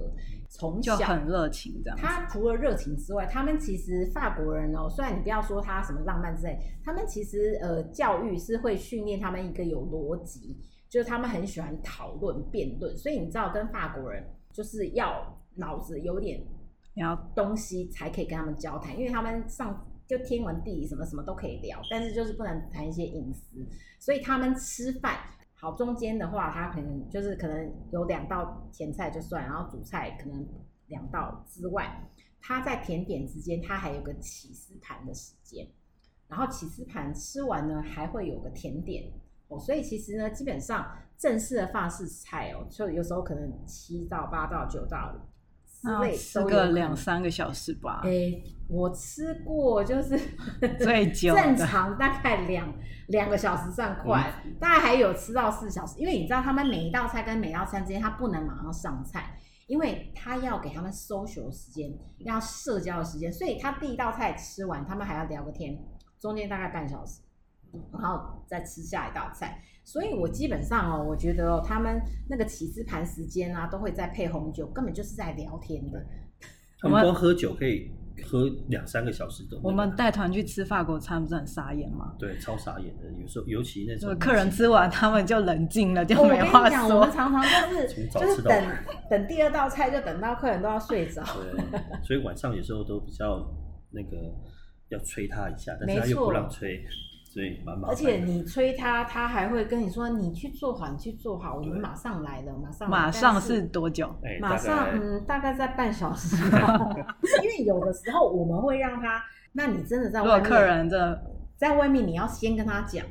Speaker 5: 从
Speaker 4: 就
Speaker 5: 小
Speaker 4: 很热情这样子。
Speaker 5: 他除了热情之外，他们其实法国人哦，虽然你不要说他什么浪漫之类，他们其实呃教育是会训练他们一个有逻辑，就是他们很喜欢讨论辩论，所以你知道跟法国人就是要脑子有点
Speaker 4: 你要
Speaker 5: 东西才可以跟他们交谈，因为他们上就天文地理什么什么都可以聊，但是就是不能谈一些隐私，所以他们吃饭。好，中间的话，他可能就是可能有两道前菜就算，然后主菜可能两道之外，他在甜点之间，他还有个起司盘的时间，然后起司盘吃完呢，还会有个甜点哦，所以其实呢，基本上正式的法式菜哦，就有时候可能七到八到九道之
Speaker 4: 那
Speaker 5: 类
Speaker 4: 要啊吃
Speaker 5: 都有可
Speaker 4: 个
Speaker 5: 能
Speaker 4: 两三个小时吧
Speaker 5: 哎、，我吃过，就是
Speaker 4: 最久的
Speaker 5: 正常大概两两个小时算快，
Speaker 4: 嗯
Speaker 5: 大概还有吃到四小时，因为你知道他们每一道菜跟每一道菜之间，他不能马上上菜，因为他要给他们 social 的时间，要社交的时间，所以他第一道菜吃完，他们还要聊个天，中间大概半小时，然后再吃下一道菜。所以我基本上哦，我觉得、哦、他们那个起司盘时间啊，都会在配红酒，根本就是在聊天的。
Speaker 1: 他
Speaker 4: 我
Speaker 1: 们
Speaker 4: 们
Speaker 1: 光喝酒可以喝两三个小时都没有。
Speaker 4: 我们带团去吃法国餐，不是很傻眼吗？
Speaker 1: 对超傻眼的，有时候尤其那
Speaker 4: 就
Speaker 1: 种
Speaker 4: 是客人吃完，他们就冷静了，就
Speaker 5: 哦我跟
Speaker 4: 没
Speaker 5: 你
Speaker 4: 话
Speaker 5: 讲，我
Speaker 4: 说
Speaker 5: 们。常常 就是
Speaker 1: 从早
Speaker 5: 就是
Speaker 1: 吃到
Speaker 5: 等
Speaker 1: 晚
Speaker 5: 等第二道菜，就等到客人都要睡着。
Speaker 1: 对， 所以晚上有时候都比较那个要催他一下，但是他
Speaker 5: 没
Speaker 1: 又
Speaker 5: 错
Speaker 1: 不让催，所以蛮麻
Speaker 5: 而
Speaker 1: 烦的。
Speaker 5: 且你催他，他还会跟你说：“你去做好，你去做好，我们
Speaker 1: 对
Speaker 5: 马上来了，马上来
Speaker 4: 马上
Speaker 5: 但
Speaker 4: 是多久？
Speaker 1: 哎
Speaker 5: 马上
Speaker 1: 大概
Speaker 5: 嗯，大概在半小时 吧。因为有的时候我们会让他，那你真的在
Speaker 4: 如
Speaker 5: 外
Speaker 4: 果
Speaker 5: 面，
Speaker 4: 客人真的
Speaker 5: 在外面，你要先跟他讲，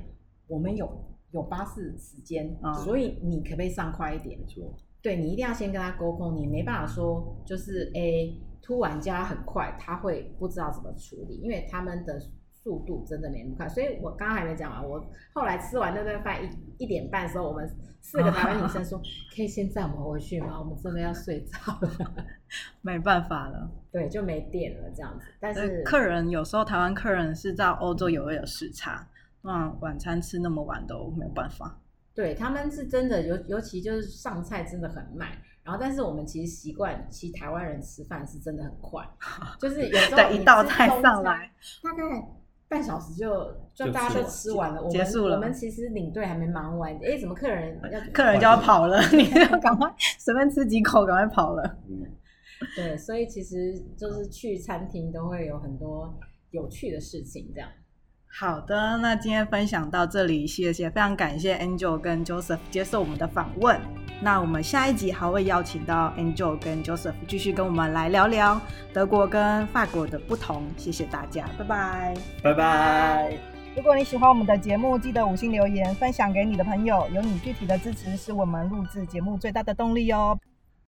Speaker 5: 我们有有巴士时间，
Speaker 4: 嗯
Speaker 5: 所以你可不可以上快一点？
Speaker 1: 啊没错，
Speaker 5: 对你一定要先跟他沟通，你没办法说就是诶、突然加很快，他会不知道怎么处理，因为他们的速度真的没那么快。所以我刚刚还没讲完，我后来吃完那顿饭一一点半的时候，我们四个台湾女 生说，可以先载我们回去吗？我们真的要睡着了。
Speaker 4: 没办法了。
Speaker 5: 对，就没电了这样子。但是
Speaker 1: 呃
Speaker 4: 客人有时候台湾客人是在欧洲有有时差，那晚餐吃那么晚都没有办法。
Speaker 5: 对他们是真的，尤尤其就是上菜真的很慢。然后，但是我们其实习惯，其实台湾人吃饭是真的很 快，就是有时候
Speaker 4: 对，
Speaker 5: 啊你
Speaker 4: 一道
Speaker 5: 吃
Speaker 4: 菜
Speaker 5: 中
Speaker 4: 上来，
Speaker 5: 大概半小时就就
Speaker 1: 就
Speaker 5: 大家
Speaker 1: 吃
Speaker 5: 都
Speaker 1: 完
Speaker 5: 吃完了，我
Speaker 4: 结
Speaker 5: 们
Speaker 4: 束了
Speaker 5: 我们其实领队还没忙完，哎，怎么客人要
Speaker 4: 客人就要 跑了，你就赶快随便吃几口，赶快跑了。
Speaker 1: 嗯，
Speaker 5: 对，所以其实就是去餐厅都会有很多有趣的事情，这样。
Speaker 4: 好的，那今天分享到这里，谢谢，非常感谢 Angel 跟 Joseph 接受我们的访问。那我们下一集还会邀请到 Angel 跟 Joseph 继续跟我们来聊聊德国跟法国的不同。谢谢大家，拜拜。
Speaker 1: 拜拜。
Speaker 6: 如果你喜欢我们的节目，记得五星留言，分享给你的朋友。有你具体的支持，是我们录制节目最大的动力哦。